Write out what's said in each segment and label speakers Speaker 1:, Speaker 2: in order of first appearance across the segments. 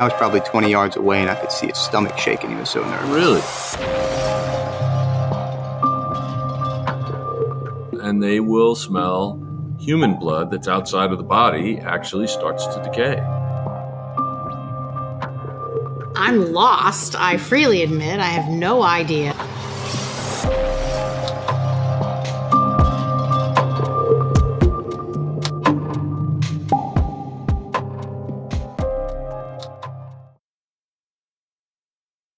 Speaker 1: I was probably 20 yards away and I could see his stomach shaking. He was so nervous.
Speaker 2: Really? And they will smell human blood that's outside of the body actually starts to decay.
Speaker 3: I'm lost, I freely admit. I have no idea.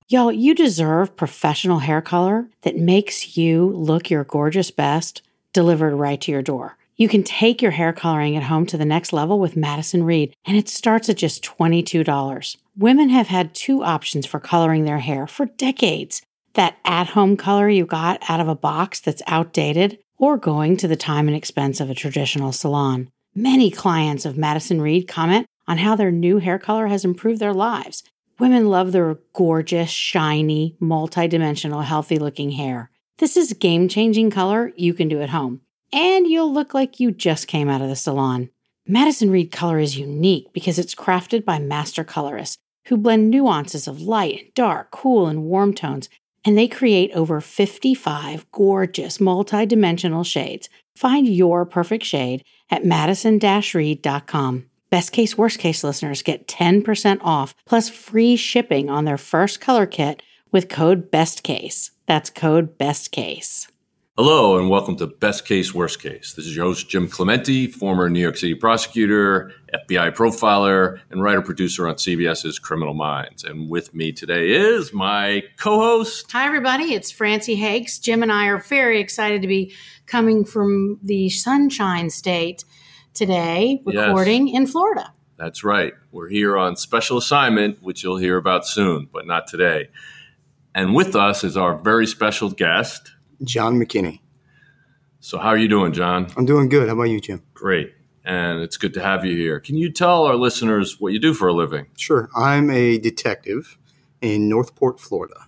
Speaker 3: Y'all, you deserve professional hair color that makes you look your gorgeous best delivered right to your door. You can take your hair coloring at home to the next level with Madison Reed, and it starts at just $22. Women have had two options for coloring their hair for decades that at home color you got out of a box that's outdated, or going to the time and expense of a traditional salon. Many clients of Madison Reed comment on how their new hair color has improved their lives. Women love their gorgeous, shiny, multidimensional, healthy looking hair. This is game changing color you can do at home, and you'll look like you just came out of the salon. Madison Reed color is unique because it's crafted by master colorists who blend nuances of light and dark, cool and warm tones, and they create over 55 gorgeous multidimensional shades. Find your perfect shade at madison-reed.com. Best case, worst case listeners get 10% off plus free shipping on their first color kit with code BESTCASE. That's code BESTCASE.
Speaker 2: Hello, and welcome to Best Case, Worst Case. This is your host, Jim Clementi, former New York City prosecutor, FBI profiler, and writer producer on CBS's Criminal Minds. And with me today is my co host.
Speaker 3: Hi, everybody. It's Francie Hakes. Jim and I are very excited to be coming from the Sunshine State today,
Speaker 2: Yes.
Speaker 3: recording in Florida.
Speaker 2: That's right. We're here on special assignment, which you'll hear about soon, but not today. And with us is our very special guest.
Speaker 1: John McKinney.
Speaker 2: So, how are you doing, John?
Speaker 1: I'm doing good. How about you, Jim?
Speaker 2: Great. And it's good to have you here. Can you tell our listeners what you do for a living?
Speaker 1: Sure. I'm a detective in Northport, Florida.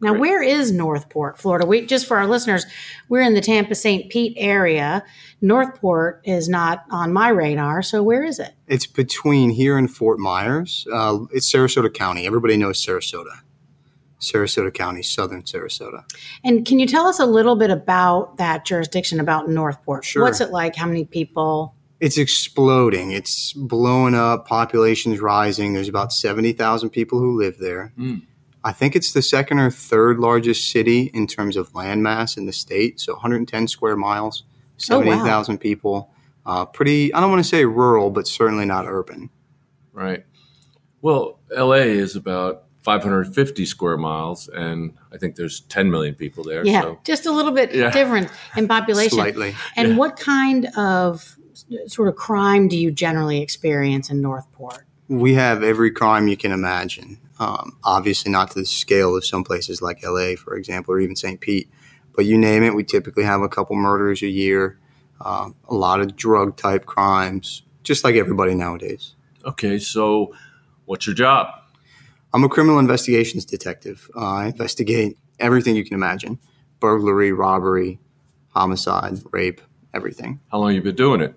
Speaker 3: Now,
Speaker 2: Great.
Speaker 3: where is Northport, Florida? We just for our listeners, we're in the Tampa St. Pete area. Northport is not on my radar, so where is it?
Speaker 1: It's between here and Fort Myers. Uh, it's Sarasota County. Everybody knows Sarasota. Sarasota County, southern Sarasota.
Speaker 3: And can you tell us a little bit about that jurisdiction, about Northport?
Speaker 1: Sure.
Speaker 3: What's it like? How many people?
Speaker 1: It's exploding. It's blowing up. Population's rising. There's about 70,000 people who live there.
Speaker 2: Mm.
Speaker 1: I think it's the second or third largest city in terms of landmass in the state. So 110 square miles,
Speaker 3: Oh, wow.
Speaker 1: 70,000 people. Uh, pretty, I don't want to say rural, but certainly not urban.
Speaker 2: Right. Well, LA is about 550 square miles, and I think there's 10 million people there.
Speaker 3: yeah,
Speaker 2: So
Speaker 3: just a little bit
Speaker 2: Yeah.
Speaker 3: different in population.
Speaker 1: Slightly.
Speaker 3: And what kind of s- sort of crime do you generally experience in Northport?
Speaker 1: We have every crime you can imagine. Um, obviously, not to the scale of some places like LA, for example, or even St. Pete, but you name it, we typically have a couple murders a year, um, a lot of drug type crimes, just like everybody nowadays.
Speaker 2: okay, so what's your job?
Speaker 1: I'm a criminal investigations detective. Uh, I investigate everything you can imagine burglary, robbery, homicide, rape, everything.
Speaker 2: How long you been doing it?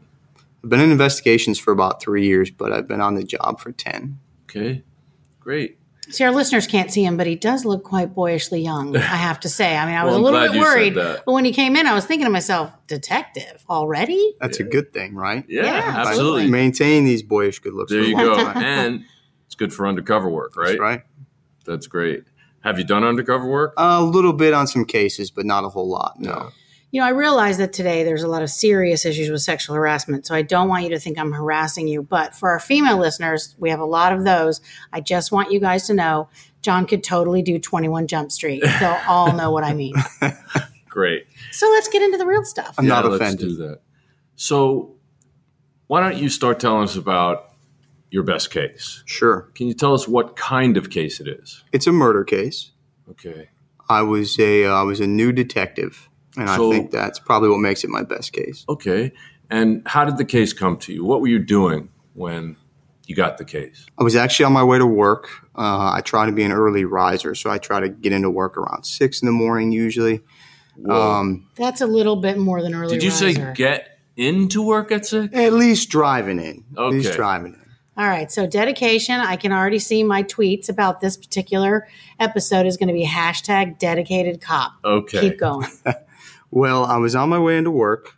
Speaker 1: I've been in investigations for about three years, but I've been on the job for 10.
Speaker 2: Okay, great.
Speaker 3: See, our listeners can't see him, but he does look quite boyishly young, I have to say. I mean, I
Speaker 2: Well,
Speaker 3: was
Speaker 2: I'm
Speaker 3: a little
Speaker 2: glad
Speaker 3: bit
Speaker 2: you said
Speaker 3: worried,
Speaker 2: that.
Speaker 3: but when he came in, I was thinking to myself, detective already?
Speaker 1: That's a good thing, right?
Speaker 2: Yeah,
Speaker 3: Yeah,
Speaker 2: absolutely.
Speaker 3: absolutely.
Speaker 1: Maintain these boyish good looks.
Speaker 2: There
Speaker 1: for a
Speaker 2: you
Speaker 1: long
Speaker 2: go.
Speaker 1: time.
Speaker 2: and it's good for undercover work, right?
Speaker 1: That's right.
Speaker 2: That's great. Have you done undercover work?
Speaker 1: A little bit on some cases, but not a whole lot. No.
Speaker 3: You know, I realize that today there's a lot of serious issues with sexual harassment, so I don't want you to think I'm harassing you. But for our female listeners, we have a lot of those. I just want you guys to know John could totally do 21 Jump Street. They'll all know what I mean.
Speaker 2: Great.
Speaker 3: So let's get into the real stuff.
Speaker 1: I'm not
Speaker 2: let's
Speaker 1: offended.
Speaker 2: do that. So, why don't you start telling us about your best case?
Speaker 1: Sure.
Speaker 2: Can you tell us what kind of case it is?
Speaker 1: It's a murder case.
Speaker 2: Okay.
Speaker 1: I was a uh, I was a new detective, and
Speaker 2: So-
Speaker 1: I think that's probably what makes it my best case.
Speaker 2: Okay. And how did the case come to you? What were you doing when you got the case?
Speaker 1: I was actually on my way to work. Uh, I try to be an early riser, so I try to get into work around six in the morning usually. Um,
Speaker 3: That's a little bit more than early
Speaker 2: did you say
Speaker 3: riser.
Speaker 2: get into work at six?
Speaker 1: at least driving in. At least
Speaker 2: Okay.
Speaker 1: driving in.
Speaker 3: All right. So dedication. I can already see my tweets about this particular episode is going to be hashtag dedicated cop.
Speaker 2: Okay.
Speaker 3: Keep going.
Speaker 1: Well, I was on my way into work,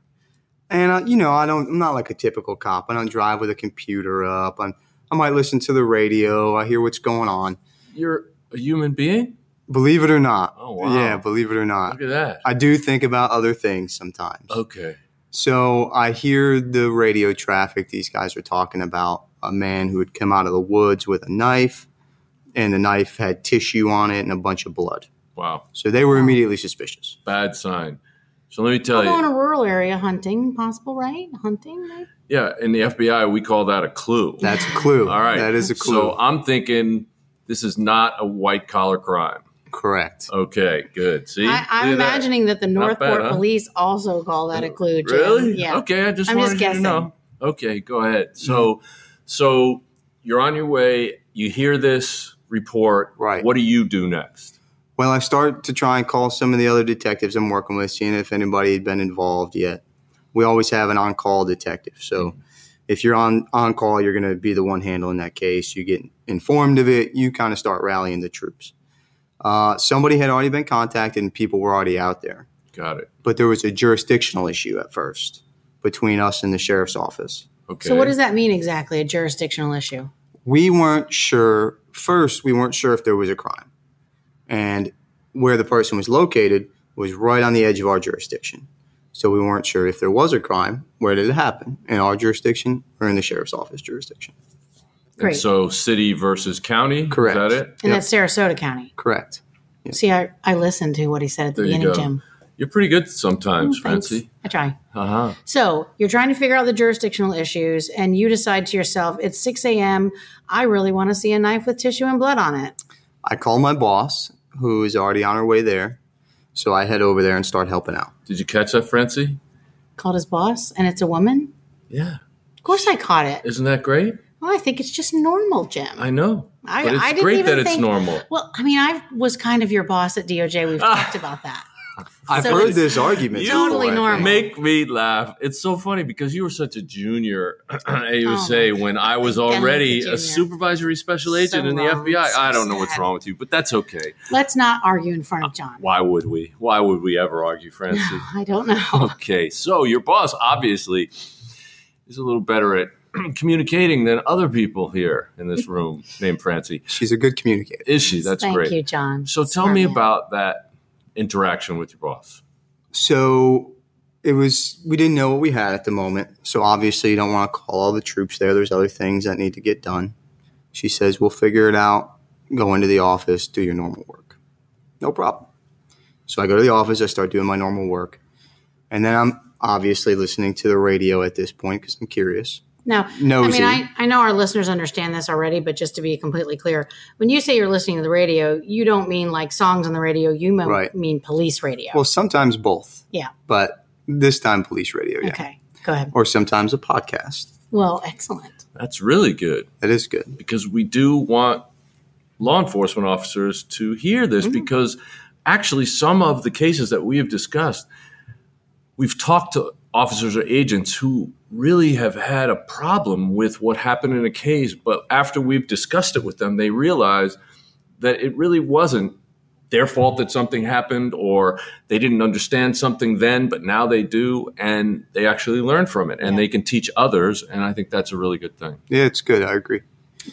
Speaker 1: and I, you know, I don't. I'm not like a typical cop. I don't drive with a computer up. I'm, I might listen to the radio. I hear what's going on.
Speaker 2: You're a human being?
Speaker 1: Believe it or not.
Speaker 2: Oh, wow.
Speaker 1: Yeah, believe it or not.
Speaker 2: Look at that.
Speaker 1: I do think about other things sometimes.
Speaker 2: Okay.
Speaker 1: So I hear the radio traffic. These guys are talking about a man who had come out of the woods with a knife, and the knife had tissue on it and a bunch of blood.
Speaker 2: Wow.
Speaker 1: So they were immediately suspicious.
Speaker 2: Bad sign. So let me tell you.
Speaker 3: Although in a rural area, hunting possible, right? Hunting. Right?
Speaker 2: Yeah, in the FBI, we call that a clue.
Speaker 1: That's a clue.
Speaker 2: All right.
Speaker 1: That is a clue.
Speaker 2: So I'm thinking this is not a white collar crime.
Speaker 1: Correct.
Speaker 2: Okay, good. See?
Speaker 3: I, I'm
Speaker 2: Look at that.
Speaker 3: imagining that, the
Speaker 2: Not bad,
Speaker 3: Northport
Speaker 2: huh?
Speaker 3: Police also call that a clue. Jim.
Speaker 2: Really?
Speaker 3: Yeah.
Speaker 2: Okay, I just
Speaker 3: I'm
Speaker 2: wanted you
Speaker 3: just
Speaker 2: to
Speaker 3: guessing.
Speaker 2: know. Okay, go
Speaker 1: Hmm.
Speaker 2: ahead. So, so you're on your way. You hear this report.
Speaker 1: Right.
Speaker 2: What do you do next?
Speaker 1: Well, I start to try and call some of the other detectives I'm working with, seeing if anybody had been involved yet. We always have an on-call detective, so if you're on on call, you're going to be the one handling that case. You get informed of it, you kind of start rallying the troops. Uh, somebody had already been contacted, and people were already out there,
Speaker 2: Got it.
Speaker 1: but there was a jurisdictional issue at first between us and the sheriff's office.
Speaker 2: Okay.
Speaker 3: So what does that mean exactly? A jurisdictional issue.
Speaker 1: we weren't sure first we weren't sure if there was a crime and where the person was located was right on the edge of our jurisdiction so we weren't sure if there was a crime where did it happen in our jurisdiction or in the sheriff's office jurisdiction
Speaker 3: Great.
Speaker 2: And so city versus county.
Speaker 1: Correct.
Speaker 2: Is that it?
Speaker 1: Yep.
Speaker 3: and that's Sarasota County.
Speaker 1: correct
Speaker 3: See, I, I listened to what he said at the
Speaker 2: There you
Speaker 3: beginning,
Speaker 2: go.
Speaker 3: Jim.
Speaker 2: You're pretty good sometimes,
Speaker 3: Oh, Thanks.
Speaker 2: Francie.
Speaker 3: I try.
Speaker 2: Uh huh.
Speaker 3: So you're trying to figure out the jurisdictional issues, and you decide to yourself, it's 6 a.m. I really want to see a knife with tissue and blood on it.
Speaker 1: i call my boss who is already on her way there so i head over there and start helping out
Speaker 2: Did you catch that, Francie?
Speaker 3: Called his boss, and it's a woman.
Speaker 2: Yeah.
Speaker 3: Of course, I caught it.
Speaker 2: Isn't that great?
Speaker 3: Well, I think it's just normal, Jim.
Speaker 2: I know.
Speaker 3: I-
Speaker 2: but it's
Speaker 3: I didn't
Speaker 2: great
Speaker 3: even
Speaker 2: that it's
Speaker 3: think-
Speaker 2: normal.
Speaker 3: well, I mean, I was kind of your boss at DOJ. We've
Speaker 2: Ah.
Speaker 3: talked about that.
Speaker 1: i've
Speaker 3: So
Speaker 1: heard
Speaker 3: it's
Speaker 1: this argument
Speaker 2: You
Speaker 1: before,
Speaker 3: totally
Speaker 1: I think.
Speaker 3: normal.
Speaker 2: Make me laugh. It's so funny because you were such a junior at
Speaker 3: Oh
Speaker 2: AUSA when I was
Speaker 3: Dennis
Speaker 2: already
Speaker 3: the
Speaker 2: a
Speaker 3: junior.
Speaker 2: supervisory special agent in the
Speaker 3: wrong.
Speaker 2: FBI.
Speaker 3: So
Speaker 2: I don't know what's
Speaker 3: sad.
Speaker 2: wrong with you, but that's okay.
Speaker 3: Let's not argue in
Speaker 2: Ah,
Speaker 3: front of John.
Speaker 2: Why would we? Why would we ever argue, Francie?
Speaker 3: I don't know.
Speaker 2: okay, so your boss obviously is a little better at communicating than other people here in this room named Francie.
Speaker 1: she's a good communicator
Speaker 2: Is she? That's
Speaker 3: Thank
Speaker 2: great.
Speaker 3: you, John.
Speaker 2: So tell
Speaker 3: Smart
Speaker 2: me
Speaker 3: man.
Speaker 2: about that interaction with your boss.
Speaker 1: So it was we didn't know what we had at the moment. So obviously you don't want to call all the troops there. There's other things that need to get done. She says, We'll figure it out. Go into the office, do your normal work. No problem. So I go to the office, I start doing my normal work. And then I'm obviously listening to the radio at this point because I'm curious.
Speaker 3: Now,
Speaker 1: Nosy.
Speaker 3: I mean, I, I know our listeners understand this already, but just to be completely clear, when you say you're listening to the radio, you don't mean like songs on the radio. You mo-
Speaker 1: Right.
Speaker 3: mean police radio.
Speaker 1: Well, sometimes both,
Speaker 3: yeah.
Speaker 1: but this time police radio, yeah.
Speaker 3: Okay. Go ahead.
Speaker 1: Or sometimes a podcast.
Speaker 3: Well, excellent.
Speaker 2: That's really good.
Speaker 1: That is good.
Speaker 2: because we do want law enforcement officers to hear this because actually some of the cases that we have discussed we've talked to officers or agents who really have had a problem with what happened in a case but after we've discussed it with them they realize that it really wasn't their fault that something happened or they didn't understand something then but now they do and they actually learn from it and they can teach others and i think that's a really good thing
Speaker 1: Yeah, it's good. I agree.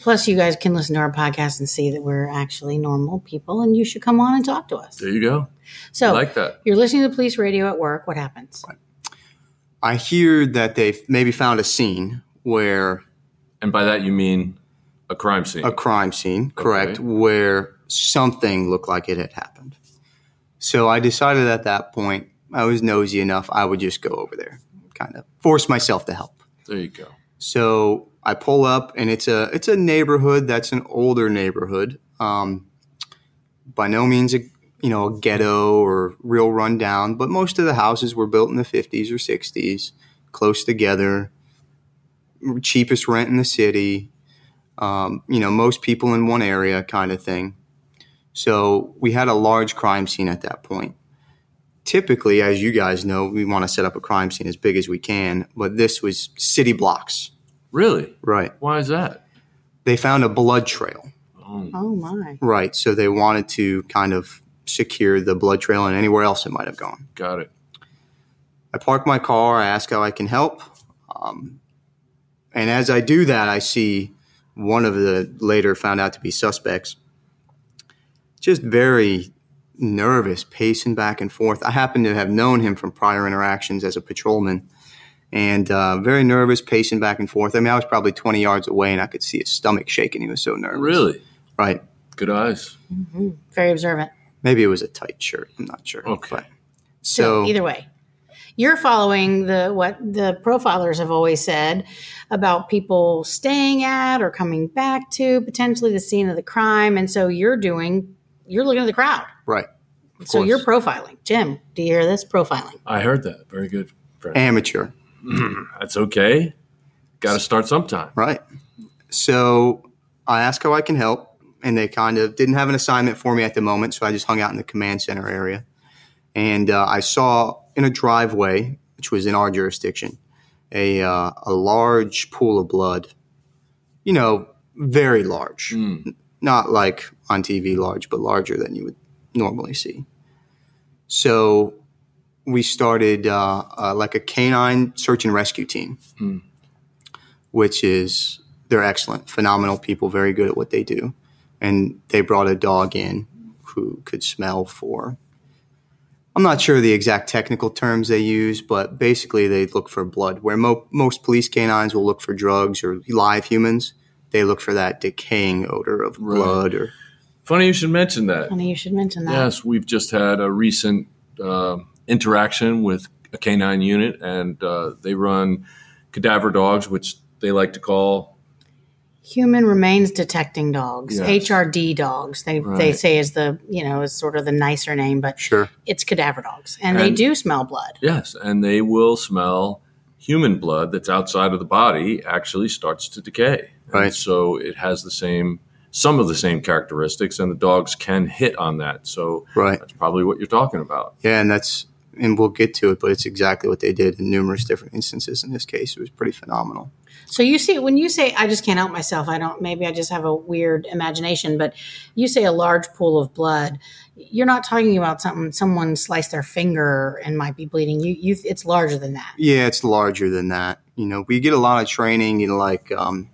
Speaker 3: Plus, you guys can listen to our podcast and see that we're actually normal people, and you should come on and talk to us.
Speaker 2: there you go
Speaker 3: So,
Speaker 2: like that.
Speaker 3: you're listening to the police radio at work. What happens?
Speaker 1: I hear that they've maybe found a scene where
Speaker 2: And by that you mean a crime scene.
Speaker 1: a crime scene, correct,
Speaker 2: Okay.
Speaker 1: where something looked like it had happened. So I decided at that point, I was nosy enough, I would just go over there, kind of force myself to help.
Speaker 2: there you go.
Speaker 1: So I pull up, and it's a it's a neighborhood that's an older neighborhood. Um, by no means a you know a ghetto or real rundown, but most of the houses were built in the fifties or sixties, close together, cheapest rent in the city. Um, you know, most people in one area, kind of thing. So we had a large crime scene at that point typically, as you guys know, we want to set up a crime scene as big as we can, but this was city blocks.
Speaker 2: Really?
Speaker 1: Right.
Speaker 2: Why is that?
Speaker 1: they found a blood trail.
Speaker 3: Oh my.
Speaker 1: Right. So they wanted to kind of secure the blood trail and anywhere else it might have gone.
Speaker 2: Got it.
Speaker 1: I park my car. I ask how I can help. Um, and as I do that, I see one of the later found out to be suspects just very nervous, pacing back and forth. I happen to have known him from prior interactions as a patrolman and uh, very nervous, pacing back and forth. I mean, I was probably 20 yards away and I could see his stomach shaking. He was so nervous.
Speaker 2: Really?
Speaker 1: Right.
Speaker 2: Good eyes.
Speaker 3: Very observant.
Speaker 1: Maybe it was a tight shirt. I'm not sure.
Speaker 2: Okay.
Speaker 1: But- so,
Speaker 3: either way, you're following the what the profilers have always said about people staying at or coming back to potentially the scene of the crime, and so you're doing you're looking at the crowd.
Speaker 1: right.
Speaker 3: So
Speaker 2: course.
Speaker 3: you're profiling, Jim. Do you hear this profiling?
Speaker 2: I heard that. Very good. Very-
Speaker 1: Amateur.
Speaker 2: That's okay. Got to start sometime.
Speaker 1: Right. So I asked how I can help, and they kind of didn't have an assignment for me at the moment, so I just hung out in the command center area. And uh, I saw in a driveway, which was in our jurisdiction, a, uh, a large pool of blood. You know, very large. N- Not like on TV large, but larger than you would normally see. So we started uh, uh, like a canine search and rescue team which is they're excellent, phenomenal people, very good at what they do. And they brought a dog in who could smell for. I'm not sure the exact technical terms they use, but basically they look for blood. Where mo- most police canines will look for drugs or live humans, they look for that decaying odor of blood or
Speaker 2: Funny you should mention that.
Speaker 3: Honey, you should mention that.
Speaker 2: Yes, we've just had a recent uh, interaction with a canine unit, and uh, they run cadaver dogs, which they like to call.
Speaker 3: Human remains detecting dogs,
Speaker 2: Yes.
Speaker 3: HRD dogs. They they
Speaker 2: Right.
Speaker 3: say is the you know is sort of the nicer name, but
Speaker 1: sure.
Speaker 3: it's cadaver dogs, and, they
Speaker 2: And-
Speaker 3: do smell blood.
Speaker 2: Yes, and they will smell human blood that's outside of the body actually starts to decay. And
Speaker 1: Right.
Speaker 2: so it has the same, some of the same characteristics, and the dogs can hit on that. So
Speaker 1: Right.
Speaker 2: that's probably what you're talking about.
Speaker 1: Yeah, and that's and we'll get to it, but it's exactly what they did in numerous different instances. In this case, it was pretty phenomenal.
Speaker 3: So you see, when you say, "I just can't help myself," I don't. Maybe I just have a weird imagination, but you say a large pool of blood. You're not talking about something someone sliced their finger and might be bleeding. You, you, it's larger than that.
Speaker 1: Yeah, it's larger than that. You know, we get a lot of training in like um,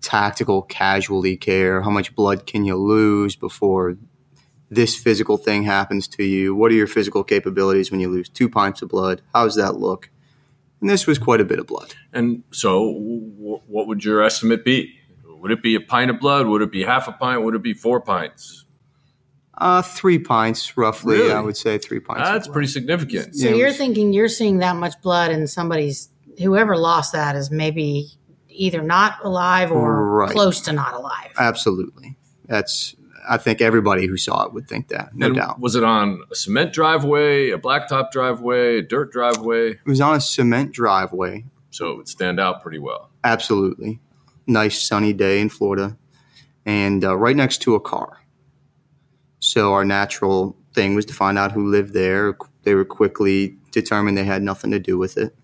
Speaker 1: tactical casualty care. How much blood can you lose before this physical thing happens to you? What are your physical capabilities when you lose two pints of blood? How does that look? And this was quite a bit of blood.
Speaker 2: And so, w- what would your estimate be? Would it be a pint of blood? Would it be half a pint? Would it be four pints?
Speaker 1: Uh, three pints, roughly,
Speaker 2: Really?
Speaker 1: I would say three pints. of
Speaker 2: That's
Speaker 1: blood.
Speaker 2: pretty significant.
Speaker 3: So
Speaker 1: Yeah, it
Speaker 3: you're
Speaker 1: was-
Speaker 3: thinking you're seeing that much blood, and somebody's whoever lost that is maybe either not alive or
Speaker 1: Right.
Speaker 3: close to not alive.
Speaker 1: Absolutely. That's, I think everybody who saw it would think that, no
Speaker 2: And
Speaker 1: doubt.
Speaker 2: Was it on a cement driveway, a blacktop driveway, a dirt driveway?
Speaker 1: It was on a cement driveway
Speaker 2: So it would stand out pretty well.
Speaker 1: Absolutely. Nice sunny day in Florida and uh, right next to a car. So our natural thing was to find out who lived there. They were quickly determined they had nothing to do with it.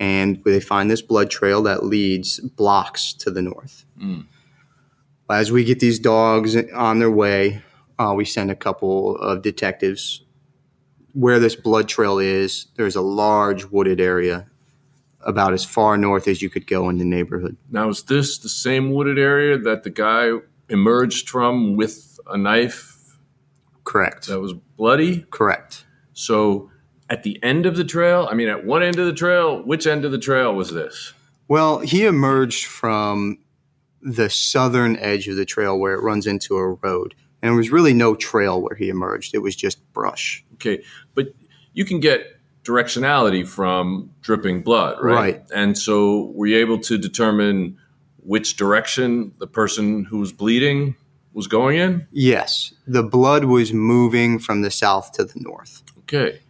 Speaker 1: And they find this blood trail that leads blocks to the north. As we get these dogs on their way, uh, we send a couple of detectives. Where this blood trail is, there's a large wooded area about as far north as you could go in the neighborhood.
Speaker 2: Now, is this the same wooded area that the guy emerged from with a knife
Speaker 1: Correct.
Speaker 2: that was bloody?
Speaker 1: Correct.
Speaker 2: So at the end of the trail, I mean, at one end of the trail, which end of the trail was this?
Speaker 1: Well, he emerged from the southern edge of the trail where it runs into a road. And there was really no trail where he emerged. It was just brush.
Speaker 2: Okay, but you can get directionality from dripping blood, right?
Speaker 1: Right.
Speaker 2: And so were you able to determine which direction the person who was bleeding was going in?
Speaker 1: Yes, the blood was moving from the south to the north.
Speaker 2: Okay.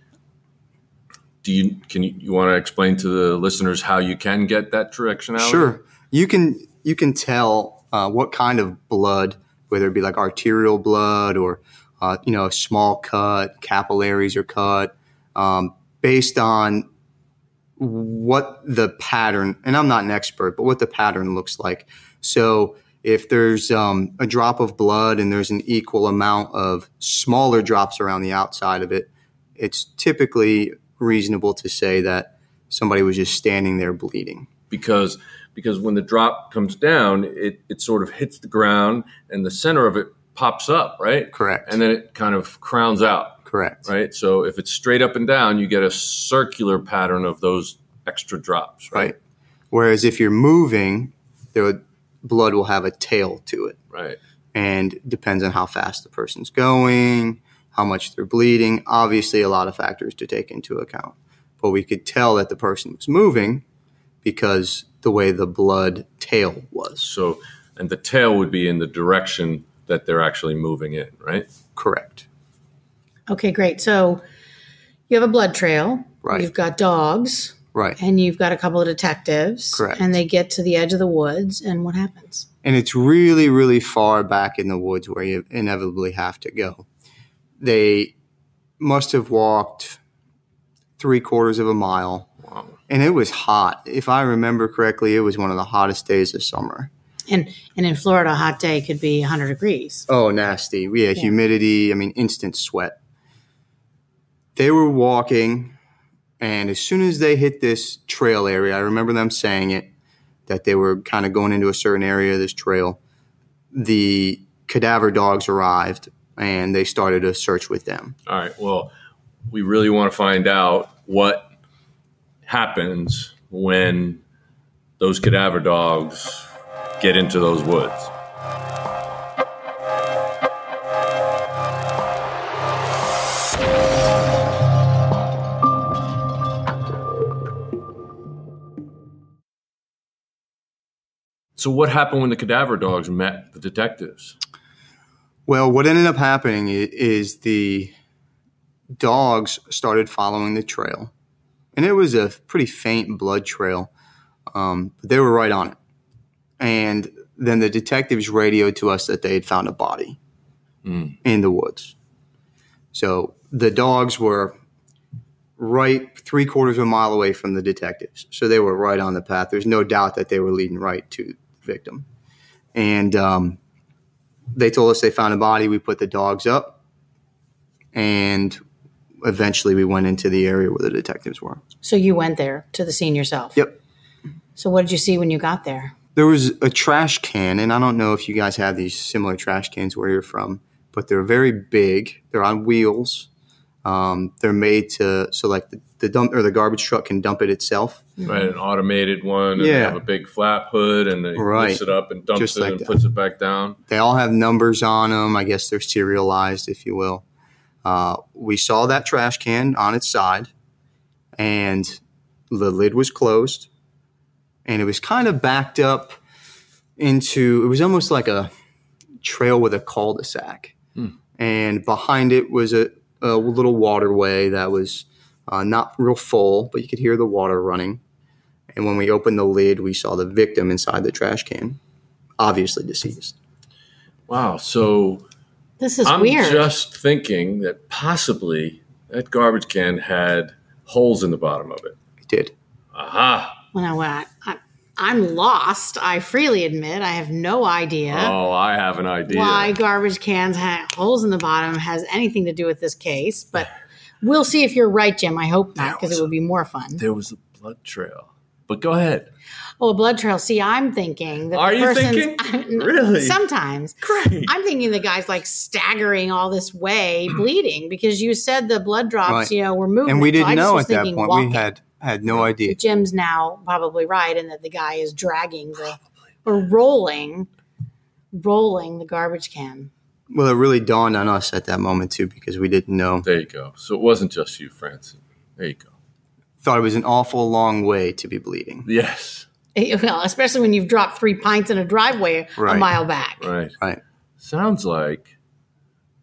Speaker 2: Do you can you, you want to explain to the listeners how you can get that directionality?
Speaker 1: Sure, you can you can tell uh, what kind of blood, whether it be like arterial blood or uh, you know a small cut, capillaries are cut, um, based on what the pattern, and I'm not an expert, but what the pattern looks like. So if there's um, a drop of blood and there's an equal amount of smaller drops around the outside of it, it's typically reasonable to say that somebody was just standing there bleeding.
Speaker 2: because because when the drop comes down, it, it sort of hits the ground and the center of it pops up, right?
Speaker 1: Correct.
Speaker 2: And then it kind of crowns out,
Speaker 1: Correct.
Speaker 2: right? So if it's straight up and down, you get a circular pattern of those extra drops, right?
Speaker 1: Right. Whereas if you're moving, the blood will have a tail to it,
Speaker 2: Right.
Speaker 1: and depends on how fast the person's going, how much they're bleeding. Obviously, a lot of factors to take into account, but we could tell that the person was moving because the way the blood tail was.
Speaker 2: So and the tail would be in the direction that they're actually moving in, right?
Speaker 1: Correct.
Speaker 3: Okay, great. So you have a blood trail.
Speaker 1: Right.
Speaker 3: You've got dogs
Speaker 1: Right.
Speaker 3: and you've got a couple of detectives.
Speaker 1: Correct.
Speaker 3: And they get to the edge of the woods and what happens?
Speaker 1: and it's really, really far back in the woods where you inevitably have to go. They must have walked three quarters of a mile,
Speaker 2: Wow.
Speaker 1: and it was hot. If I remember correctly, it was one of the hottest days of summer.
Speaker 3: And and in Florida, a hot day could be 100 degrees.
Speaker 1: Oh, nasty. We had humidity, I mean, instant sweat. They were walking, and as soon as they hit this trail area, I remember them saying it that they were kind of going into a certain area of this trail. The cadaver dogs arrived and they started a search with them.
Speaker 2: All right. Well, we really want to find out what happens when those cadaver dogs get into those woods. So, what happened when the cadaver dogs met the detectives?
Speaker 1: Well, what ended up happening i- is the dogs started following the trail, and it was a pretty faint blood trail, um, but they were right on it. And then the detectives radioed to us that they had found a body in the woods. So the dogs were right three quarters of a mile away from the detectives, so they were right on the path. There's no doubt that they were leading right to the victim, and. Um, they told us they found a body. We put the dogs up, and eventually we went into the area where the detectives were.
Speaker 3: So you went there to the scene yourself.
Speaker 1: Yep.
Speaker 3: So what did you see when you got there?
Speaker 1: There was a trash can, and I don't know if you guys have these similar trash cans where you're from, but they're very big. They're on wheels. Um, they're made to so like the, the dump or the garbage truck can dump it itself.
Speaker 2: right? An automated one. And They
Speaker 1: Yeah.
Speaker 2: have a big flap hood and they
Speaker 1: Right.
Speaker 2: lifts it up and dumps
Speaker 1: Just
Speaker 2: it
Speaker 1: like
Speaker 2: and
Speaker 1: that.
Speaker 2: puts it back down.
Speaker 1: They all have numbers on them. I guess they're serialized, if you will. Uh, we saw that trash can on its side, and the lid was closed, and it was kind of backed up into. It was almost like a trail with a cul-de-sac, and behind it was a, a little waterway that was uh, not real full, but you could hear the water running. And when we opened the lid, we saw the victim inside the trash can, obviously deceased.
Speaker 2: Wow. So
Speaker 3: This is
Speaker 2: I'm
Speaker 3: weird.
Speaker 2: just thinking that possibly that garbage can had holes in the bottom of it.
Speaker 1: It did.
Speaker 2: Aha.
Speaker 3: when I went, I, I'm lost. I freely admit I have no idea
Speaker 2: Oh, I have an idea.
Speaker 3: why garbage cans have holes in the bottom has anything to do with this case, but we'll see if you're right, Jim. I hope not, because it would be more fun.
Speaker 2: There was a blood trail. But go ahead.
Speaker 3: Oh, a blood trail. See, I'm thinking that
Speaker 2: Are
Speaker 3: the
Speaker 2: you
Speaker 3: person's,
Speaker 2: thinking?
Speaker 3: I'm-
Speaker 2: Really?
Speaker 3: Sometimes.
Speaker 2: Great.
Speaker 3: I'm thinking the guy's like staggering all this way, bleeding, because you said the blood drops,
Speaker 1: Right.
Speaker 3: you know, were moving.
Speaker 1: and we didn't
Speaker 3: so I just
Speaker 1: know
Speaker 3: was
Speaker 1: at that
Speaker 3: thinking
Speaker 1: point.
Speaker 3: walking.
Speaker 1: We had had no idea.
Speaker 3: Jim's now probably right in that the guy is dragging the or rolling, rolling the garbage can.
Speaker 1: Well, it really dawned on us at that moment too because we didn't know.
Speaker 2: There you go. So it wasn't just you, Francis. There you go.
Speaker 1: Thought it was an awful long way to be bleeding.
Speaker 2: Yes.
Speaker 3: Well, especially when you've dropped three pints in a driveway a
Speaker 1: Right.
Speaker 3: mile back.
Speaker 2: Right.
Speaker 1: Right.
Speaker 2: Sounds like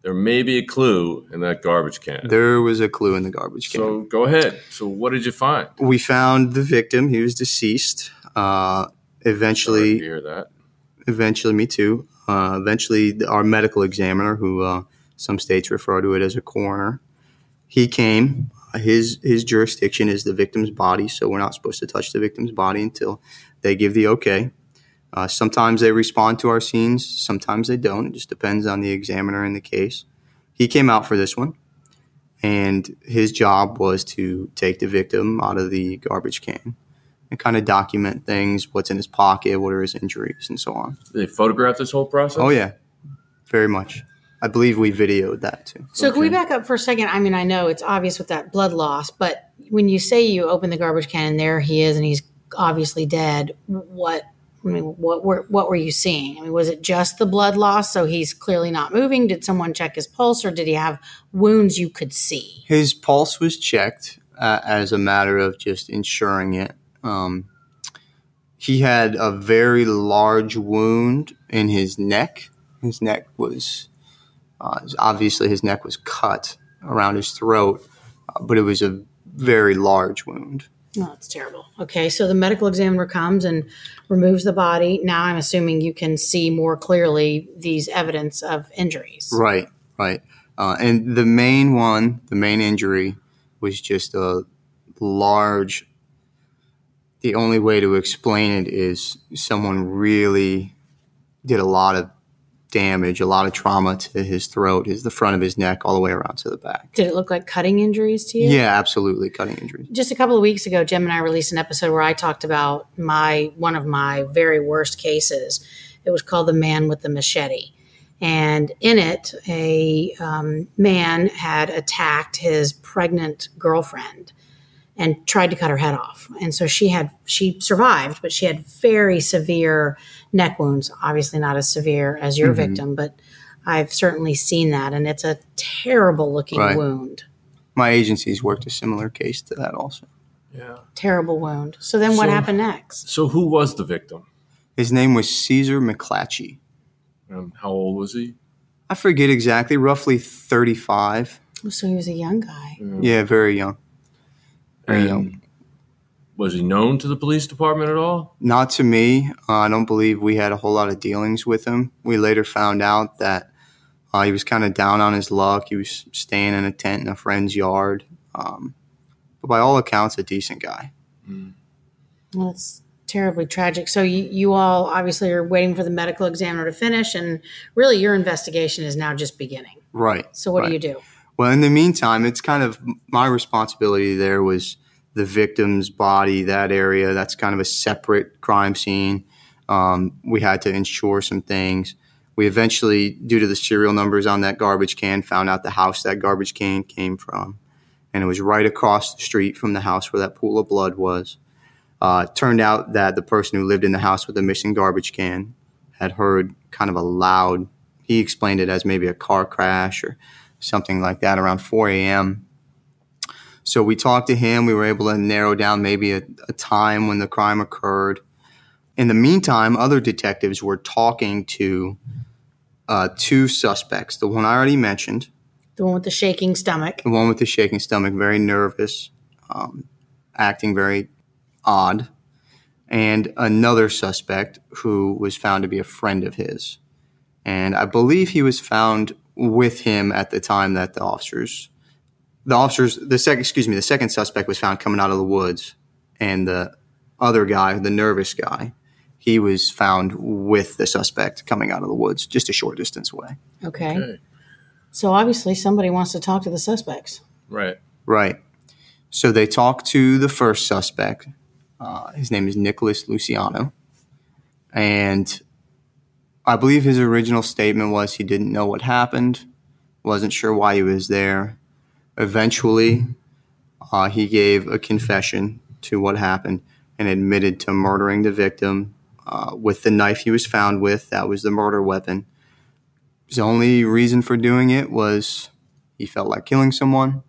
Speaker 2: there may be a clue in that garbage can.
Speaker 1: There was a clue in the garbage can.
Speaker 2: So go ahead. So what did you find?
Speaker 1: we found the victim. He was deceased. Uh,
Speaker 2: Sorry to
Speaker 1: eventually,
Speaker 2: hear that.
Speaker 1: eventually, me too. Uh, eventually, th- our medical examiner, who uh, some states refer to it as a coroner, he came. his his jurisdiction is the victim's body, so we're not supposed to touch the victim's body until they give the okay. Uh, sometimes they respond to our scenes, sometimes they don't. It just depends on the examiner in the case. He came out for this one, and his job was to take the victim out of the garbage can and kind of document things, what's in his pocket, what are his injuries, and so on.
Speaker 2: They photographed this whole process.
Speaker 1: Oh yeah, very much. I believe we videoed that too.
Speaker 3: So can we back up for a second? I mean, I know it's obvious with that blood loss, but when you say you open the garbage can and there he is, and he's obviously dead, what? I mean, what were what were you seeing? I mean, was it just the blood loss? So he's clearly not moving. Did someone check his pulse, or did he have wounds you could see?
Speaker 1: His pulse was checked uh, as a matter of just ensuring it. Um, he had a very large wound in his neck. His neck was uh, obviously his neck was cut around his throat, uh, but it was a very large wound.
Speaker 3: Oh, that's terrible. Okay, so the medical examiner comes and removes the body. Now I'm assuming you can see more clearly these evidence of injuries.
Speaker 1: Right, right. Uh, and the main one, the main injury, was just a large. The only way to explain it is someone really did a lot of damage, a lot of trauma to his throat, his the front of his neck, all the way around to the back.
Speaker 3: Did it look like cutting injuries to you?
Speaker 1: Yeah, absolutely, cutting injuries.
Speaker 3: Just a couple of weeks ago, Jim and I released an episode where I talked about my one of my very worst cases. It was called "The Man with the Machete," and in it, a um, man had attacked his pregnant girlfriend and tried to cut her head off. And so she had she survived, but she had very severe neck wounds. Obviously, not as severe as your mm-hmm. victim, but I've certainly seen that, and it's a terrible looking right. wound.
Speaker 1: My agency's worked a similar case to that also.
Speaker 2: Yeah,
Speaker 3: terrible wound. So then, what so, happened next?
Speaker 2: So who was the victim?
Speaker 1: His name was Caesar McClatchy.
Speaker 2: Um, how old was he?
Speaker 1: I forget exactly. Roughly thirty-five.
Speaker 3: Oh, so he was a young guy.
Speaker 1: yeah, yeah very young.
Speaker 2: And was he known to the police department at all?
Speaker 1: Not to me. Uh, I don't believe we had a whole lot of dealings with him. We later found out that uh, he was kind of down on his luck. He was staying in a tent in a friend's yard. Um, but by all accounts, a decent guy.
Speaker 3: Mm. Well, that's terribly tragic. So you, you all obviously are waiting for the medical examiner to finish, and really your investigation is now just beginning.
Speaker 1: Right.
Speaker 3: So what
Speaker 1: right.
Speaker 3: do you do?
Speaker 1: Well, in the meantime, it's kind of my responsibility there was the victim's body, that area. That's kind of a separate crime scene. Um, we had to ensure some things. We eventually, due to the serial numbers on that garbage can, found out the house that garbage can came from. And it was right across the street from the house where that pool of blood was. Uh, it turned out that the person who lived in the house with the missing garbage can had heard kind of a loud, he explained it as maybe a car crash or something like that around 4 a.m. So we talked to him. We were able to narrow down maybe a, a, time when the crime occurred. In the meantime, other detectives were talking to uh, two suspects the one I already mentioned,
Speaker 3: the one with the shaking stomach,
Speaker 1: the one with the shaking stomach, very nervous, um, acting very odd, and another suspect who was found to be a friend of his. And I believe he was found with him at the time that the officers, the officers, the second, excuse me, the second suspect was found coming out of the woods, and the other guy, the nervous guy, he was found with the suspect coming out of the woods, just a short distance away.
Speaker 3: Okay. okay. So obviously, somebody wants to talk to the suspects.
Speaker 2: Right.
Speaker 1: Right. So they talked to the first suspect. Uh, his name is Nicholas Luciano, and I believe his original statement was he didn't know what happened, wasn't sure why he was there. Eventually, uh, he gave a confession to what happened and admitted to murdering the victim uh, with the knife he was found with. That was the murder weapon. His only reason for doing it was he felt like killing someone,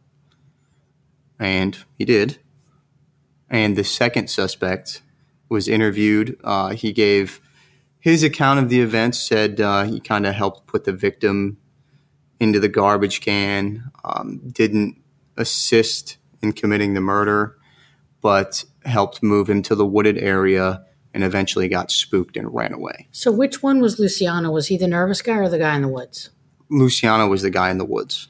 Speaker 1: and he did. And the second suspect was interviewed. Uh, he gave his account of the event said uh, he kind of helped put the victim into the garbage can, um, didn't assist in committing the murder, but helped move him to the wooded area and eventually got spooked and ran away.
Speaker 3: So, which one was Luciano? Was he the nervous guy or the guy in the woods?
Speaker 1: Luciano was the guy in the woods.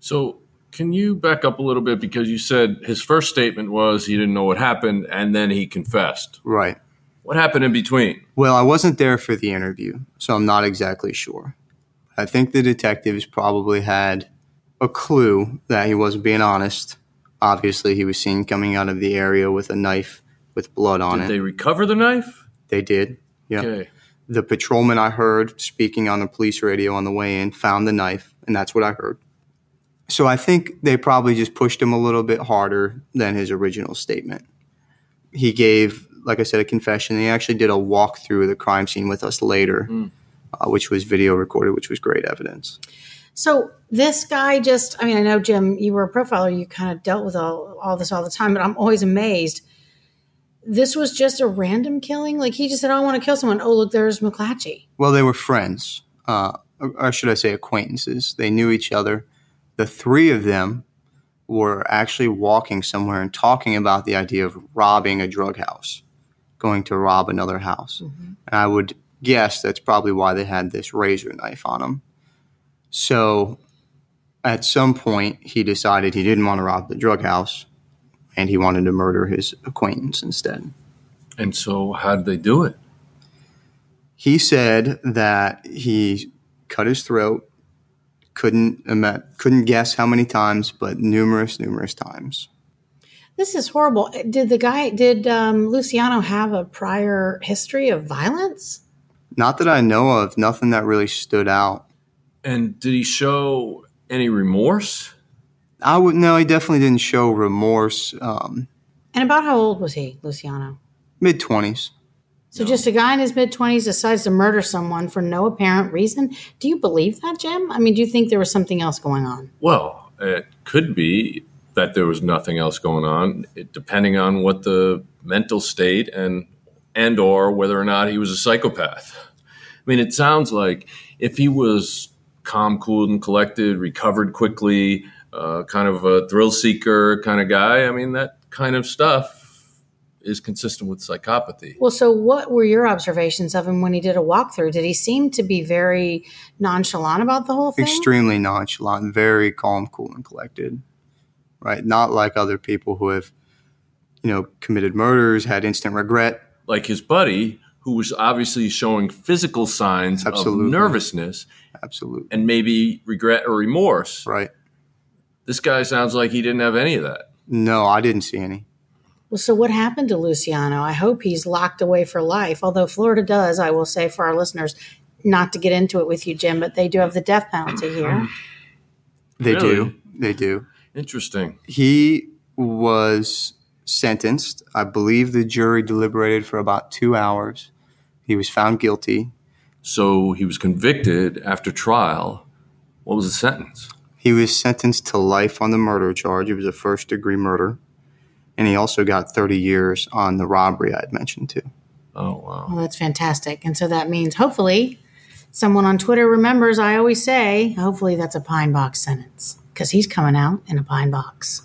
Speaker 2: So, Can you back up a little bit because you said his first statement was he didn't know what happened and then he confessed.
Speaker 1: Right.
Speaker 2: What happened in between?
Speaker 1: Well, I wasn't there for the interview, so I'm not exactly sure. I think the detectives probably had a clue that he wasn't being honest. Obviously, he was seen coming out of the area with a knife with blood on
Speaker 2: Did
Speaker 1: it.
Speaker 2: they recover the knife?
Speaker 1: They did. Yeah.
Speaker 2: Okay.
Speaker 1: The patrolman I heard speaking on the police radio on the way in found the knife, and that's what I heard. So I think they probably just pushed him a little bit harder than his original statement. He gave, like I said, a confession. He actually did a walkthrough of the crime scene with us later, uh, which was video recorded, which was great evidence.
Speaker 3: So this guy just, I mean, I know Jim, you were a profiler, you kind of dealt with all, all this all the time, but I'm always amazed. This was just a random killing. Like he just said, I want to kill someone. Oh, look, there's McClatchy.
Speaker 1: Well, they were friends, uh, or should I say acquaintances. They knew each other. The three of them were actually walking somewhere and talking about the idea of robbing a drug house, going to rob another house. And I would guess that's probably why they had this razor knife on them. So at some point, he decided he didn't want to rob the drug house and he wanted to murder his acquaintance instead.
Speaker 2: And so how did they do it?
Speaker 1: he said that he cut his throat couldn't ima- couldn't guess how many times but numerous numerous times
Speaker 3: This is horrible. Uh, Did the guy, did um, Luciano have a prior history of violence?
Speaker 1: not that i know of nothing that really stood out
Speaker 2: And did he show any remorse?
Speaker 1: i would no he definitely didn't show remorse um,
Speaker 3: And about how old was he, Luciano?
Speaker 1: mid-20s
Speaker 3: So just a guy in his mid 20s decides to murder someone for no apparent reason. Do you believe that, Jim? I mean, do you think there was something else going on?
Speaker 2: Well, it could be that there was nothing else going on, it, depending on what the mental state and and or whether or not he was a psychopath. I mean, it sounds like if he was calm, cool, and collected, recovered quickly, uh, kind of a thrill seeker kind of guy. I mean, that kind of stuff is consistent with psychopathy.
Speaker 3: Well, so what were your observations of him when he did a walkthrough? Did he seem to be very nonchalant about the whole thing?
Speaker 1: extremely nonchalant, very calm, cool, and collected. Right, not like other people who have, you know, committed murders, had instant regret.
Speaker 2: like his buddy, who was obviously showing physical signs
Speaker 1: Absolutely.
Speaker 2: of nervousness
Speaker 1: Absolutely
Speaker 2: and maybe regret or remorse.
Speaker 1: right.
Speaker 2: This guy sounds like he didn't have any of that.
Speaker 1: No, I didn't see any.
Speaker 3: Well, so what happened to Luciano? I hope he's locked away for life. Although Florida does, I will say for our listeners, not to get into it with you, Jim, but they do have the death penalty here.
Speaker 1: They do.
Speaker 2: Really?
Speaker 1: They do.
Speaker 2: Interesting.
Speaker 1: He was sentenced. I believe the jury deliberated for about two hours. He was found guilty.
Speaker 2: So he was convicted after trial. What was the sentence?
Speaker 1: He was sentenced to life on the murder charge. It was a first degree murder. And he also got 30 years on the robbery I'd mentioned too.
Speaker 2: Oh, wow.
Speaker 3: Well, that's fantastic. And so that means hopefully someone on Twitter remembers I always say, hopefully that's a pine box sentence because he's coming out in a pine box.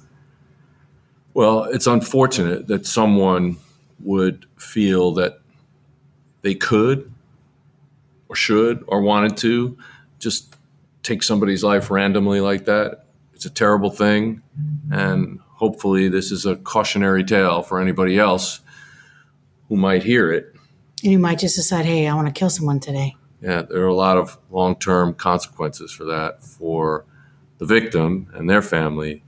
Speaker 2: Well, it's unfortunate that someone would feel that they could or should or wanted to just take somebody's life randomly like that. It's a terrible thing. And hopefully, this is a cautionary tale for anybody else who might hear it.
Speaker 3: And you might just decide, hey, I want to kill someone today.
Speaker 2: Yeah, there are a lot of long term consequences for that for the victim and their family,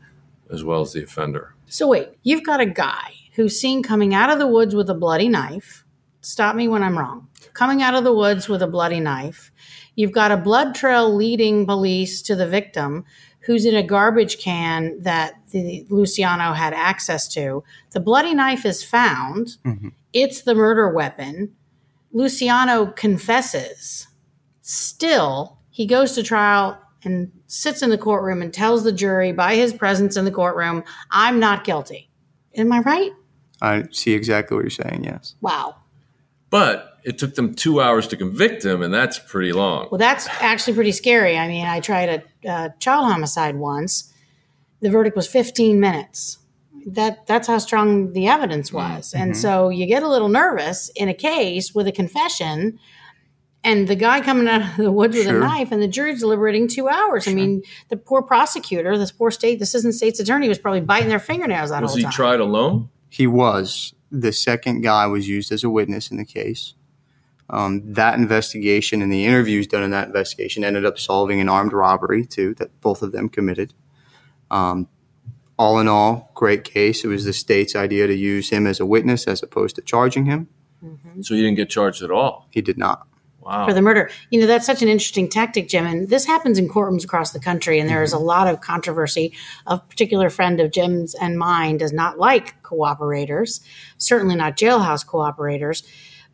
Speaker 2: as well as the offender.
Speaker 3: So wait, you've got a guy who's seen coming out of the woods with a bloody knife. Stop me when I'm wrong. Coming out of the woods with a bloody knife. You've got a blood trail leading police to the victim who's in a garbage can that the Luciano had access to. The bloody knife is found. It's the murder weapon. Luciano confesses. Still, he goes to trial and sits in the courtroom and tells the jury by his presence in the courtroom, I'm not guilty. Am I right?
Speaker 1: I see exactly what you're saying, yes.
Speaker 3: Wow.
Speaker 2: But it took them two hours to convict him, and that's pretty long.
Speaker 3: Well, that's actually pretty scary. I mean, I tried a uh, child homicide once. The verdict was 15 minutes. That that's how strong the
Speaker 2: Mm-hmm.
Speaker 3: evidence was, and so you get a little nervous in a case with a confession, and the guy coming out of the woods with a
Speaker 1: Sure.
Speaker 3: knife and the jury's deliberating two hours. I mean, the poor prosecutor, this poor state, this isn't state's attorney was probably biting their fingernails that
Speaker 2: Was
Speaker 3: whole
Speaker 2: he
Speaker 3: time.
Speaker 2: tried alone?
Speaker 1: He was. The second guy was used as a witness in the case. Um, that investigation and the interviews done in that investigation ended up solving an armed robbery, too, that both of them committed. Um, all in all, great case. It was the state's idea to use him as a witness as opposed to charging him.
Speaker 2: So he didn't get charged at all.
Speaker 1: He did not.
Speaker 2: Wow.
Speaker 3: for the murder. You know, that's such an interesting tactic, Jim. And this happens in courtrooms across the country. And there is a
Speaker 1: Mm-hmm.
Speaker 3: lot of controversy. A particular friend of Jim's and mine does not like cooperators, certainly not jailhouse cooperators.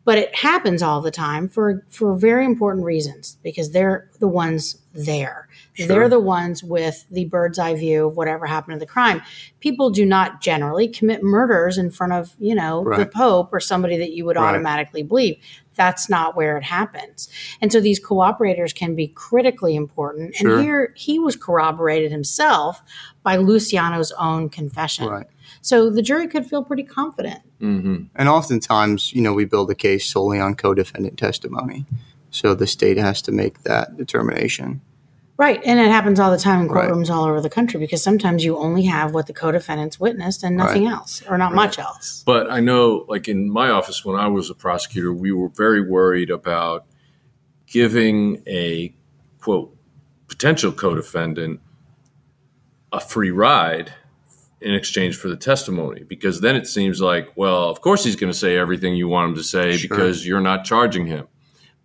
Speaker 3: But it happens all the time for, for very important reasons because they're the ones there. They're the ones with the bird's eye view of whatever happened to the crime. People do not generally commit murders in front of, you know, the
Speaker 1: Right.
Speaker 3: Pope or somebody that you would
Speaker 1: Right.
Speaker 3: automatically believe. That's not where it happens. And so these cooperators can be critically important.
Speaker 1: Sure.
Speaker 3: And here he was corroborated himself by Luciano's own confession.
Speaker 1: Right.
Speaker 3: So the jury could feel pretty confident.
Speaker 2: Mm-hmm.
Speaker 1: And oftentimes, you know, we build a case solely on co defendant testimony. So the state has to make that determination.
Speaker 3: Right. And it happens all the time in
Speaker 1: Right.
Speaker 3: courtrooms all over the country because sometimes you only have what the co defendants witnessed and nothing else, or not much else.
Speaker 2: But I know, like in my office when I was a prosecutor, we were very worried about giving a quote potential co-defendant a free ride in exchange for the testimony because then it seems like well of course he's going to say everything you want him to say
Speaker 1: Sure.
Speaker 2: because you're not charging him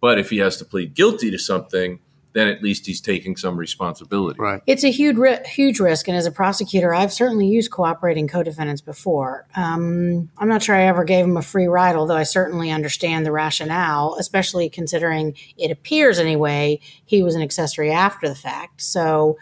Speaker 2: but if he has to plead guilty to something then at least he's taking some responsibility
Speaker 1: Right.
Speaker 3: It's a huge, ri- huge risk. And as a prosecutor, I've certainly used cooperating co defendants before. Um, I'm not sure I ever gave them a free ride, although I certainly understand the rationale, especially considering it appears, anyway, he was an accessory after the fact. So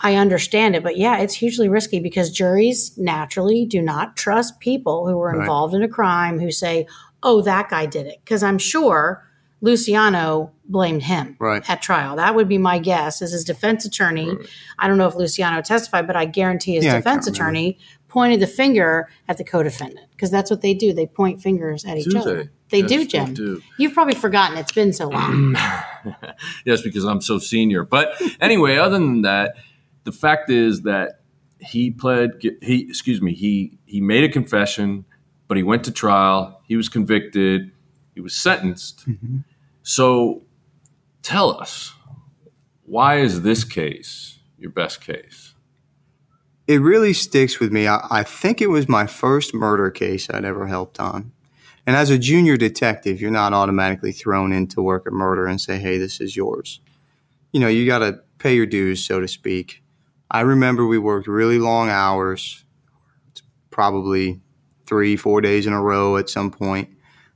Speaker 3: I understand it. But yeah, it's hugely risky because juries naturally do not trust people who were
Speaker 1: Right.
Speaker 3: involved in a crime who say, oh, that guy did it. Because I'm sure Luciano blamed him
Speaker 1: Right.
Speaker 3: at trial. That would be my guess. As his defense attorney, I don't know if Luciano testified, but I guarantee his
Speaker 1: Yeah, I can't
Speaker 3: defense
Speaker 1: remember.
Speaker 3: attorney pointed the finger at the co-defendant because that's what they do. They point fingers at each
Speaker 2: Do
Speaker 3: other.
Speaker 2: they? Yes,
Speaker 3: They do,
Speaker 2: they
Speaker 3: Jim.
Speaker 2: do.
Speaker 3: You've probably forgotten. It's been so long.
Speaker 2: yes, because I'm so senior. But anyway, other than that, the fact is that he pled. gu- He excuse me. He he made a confession, but he went to trial. He was convicted. He was sentenced.
Speaker 1: Mm-hmm.
Speaker 2: So, tell us why is this case your best case?
Speaker 1: it really sticks with me. I, I think it was my first murder case I'd ever helped on. And as a junior detective, you're not automatically thrown into work at murder and say, hey, this is yours. You know, you got to pay your dues, so to speak. I remember we worked really long hours, probably three, four days in a row at some point.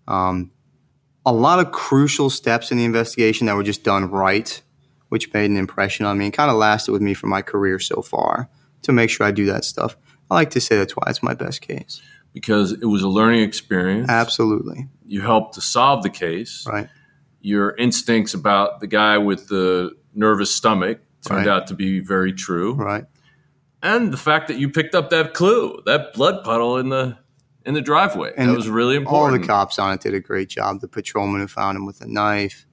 Speaker 1: Um, a lot of crucial steps in the investigation that were just done right, which made an impression on me and kind of lasted with me for my career so far to make sure I do that stuff. I like to say that's why it's my best case.
Speaker 2: Because it was a learning experience.
Speaker 1: Absolutely.
Speaker 2: You helped to solve the case.
Speaker 1: Right.
Speaker 2: Your instincts about the guy with the nervous stomach turned
Speaker 1: Right.
Speaker 2: out to be very true.
Speaker 1: Right.
Speaker 2: and the fact that you picked up that clue, that blood puddle in the in the driveway,
Speaker 1: And
Speaker 2: that was really
Speaker 1: All
Speaker 2: important.
Speaker 1: the cops on it did a great job. The patrolman who found him with a knife.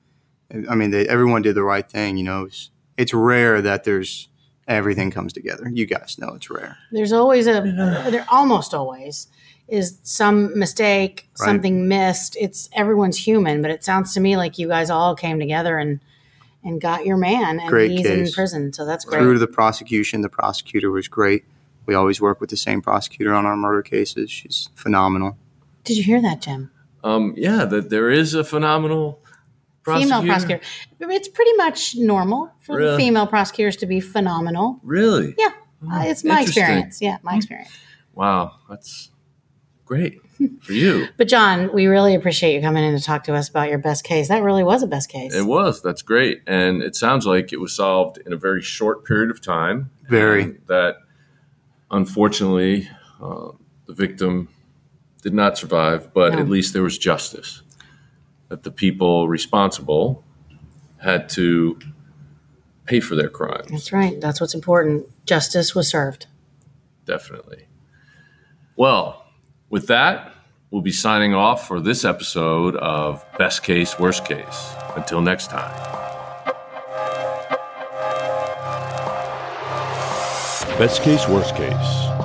Speaker 1: I mean, they, everyone did the right thing. You know, it's, it's rare that there's everything comes together. You guys know it's rare.
Speaker 3: There's always a, there almost always is some mistake,
Speaker 1: Right.
Speaker 3: something missed. It's everyone's human, but it sounds to me like you guys all came together and and got your man, and
Speaker 1: Great
Speaker 3: he's in
Speaker 1: case.
Speaker 3: prison. So that's great.
Speaker 1: True to the prosecution, the prosecutor was great. We always work with the same prosecutor on our murder cases. She's phenomenal.
Speaker 3: Did you hear that, Jim?
Speaker 2: um, yeah, that there is a phenomenal prosecutor.
Speaker 3: Female prosecutor. It's pretty much normal for
Speaker 2: Really?
Speaker 3: female prosecutors to be phenomenal.
Speaker 2: Really?
Speaker 3: Yeah, uh, it's
Speaker 2: Oh,
Speaker 3: my
Speaker 2: interesting. Hmm.
Speaker 3: experience. Yeah, my experience.
Speaker 2: Wow, that's great for you.
Speaker 3: But John, we really appreciate you coming in to talk to us about your best case. That really was a best case.
Speaker 2: It was. That's great, and it sounds like it was solved in a very short period of time.
Speaker 1: Very.
Speaker 2: and that unfortunately, uh, the victim did not survive, but
Speaker 3: No.
Speaker 2: at least there was justice. That the people responsible had to pay for their crimes.
Speaker 3: That's right. That's what's important. Justice was served.
Speaker 2: Definitely. Well, with that, will be signing off for this episode of Best Case, Worst Case. Until next time. Best Case, Worst Case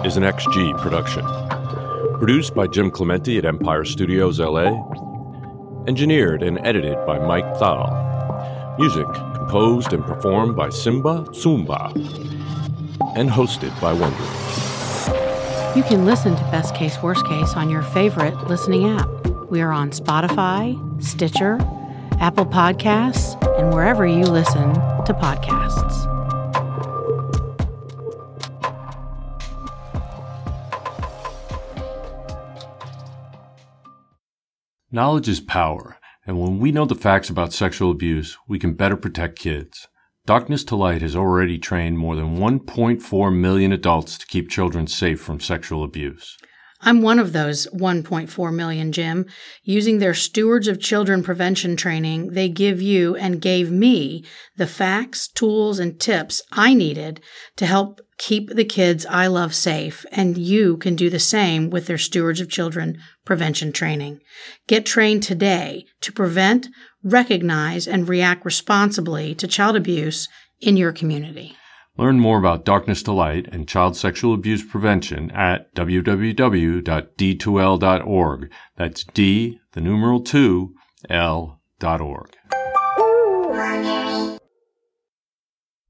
Speaker 2: is an XG production. Produced by Jim Clementi at Empire Studios LA. Engineered and edited by Mike Thal. Music composed and performed by Simba Tsumba. And hosted by Wondering.
Speaker 4: You can listen to Best Case Worst Case on your favorite listening app. We are on Spotify, Stitcher, Apple Podcasts, and wherever you listen to podcasts.
Speaker 2: Knowledge is power, and when we know the facts about sexual abuse, we can better protect kids. Darkness to Light has already trained more than 1.4 million adults to keep children safe from sexual abuse.
Speaker 3: I'm one of those 1.4 million, Jim. Using their Stewards of Children prevention training, they give you and gave me the facts, tools, and tips I needed to help keep the kids I love safe. And you can do the same with their Stewards of Children prevention training. Get trained today to prevent, recognize, and react responsibly to child abuse in your community.
Speaker 2: Learn more about Darkness to Light and child sexual abuse prevention at www.d2l.org. That's D, the numeral 2, L dot org.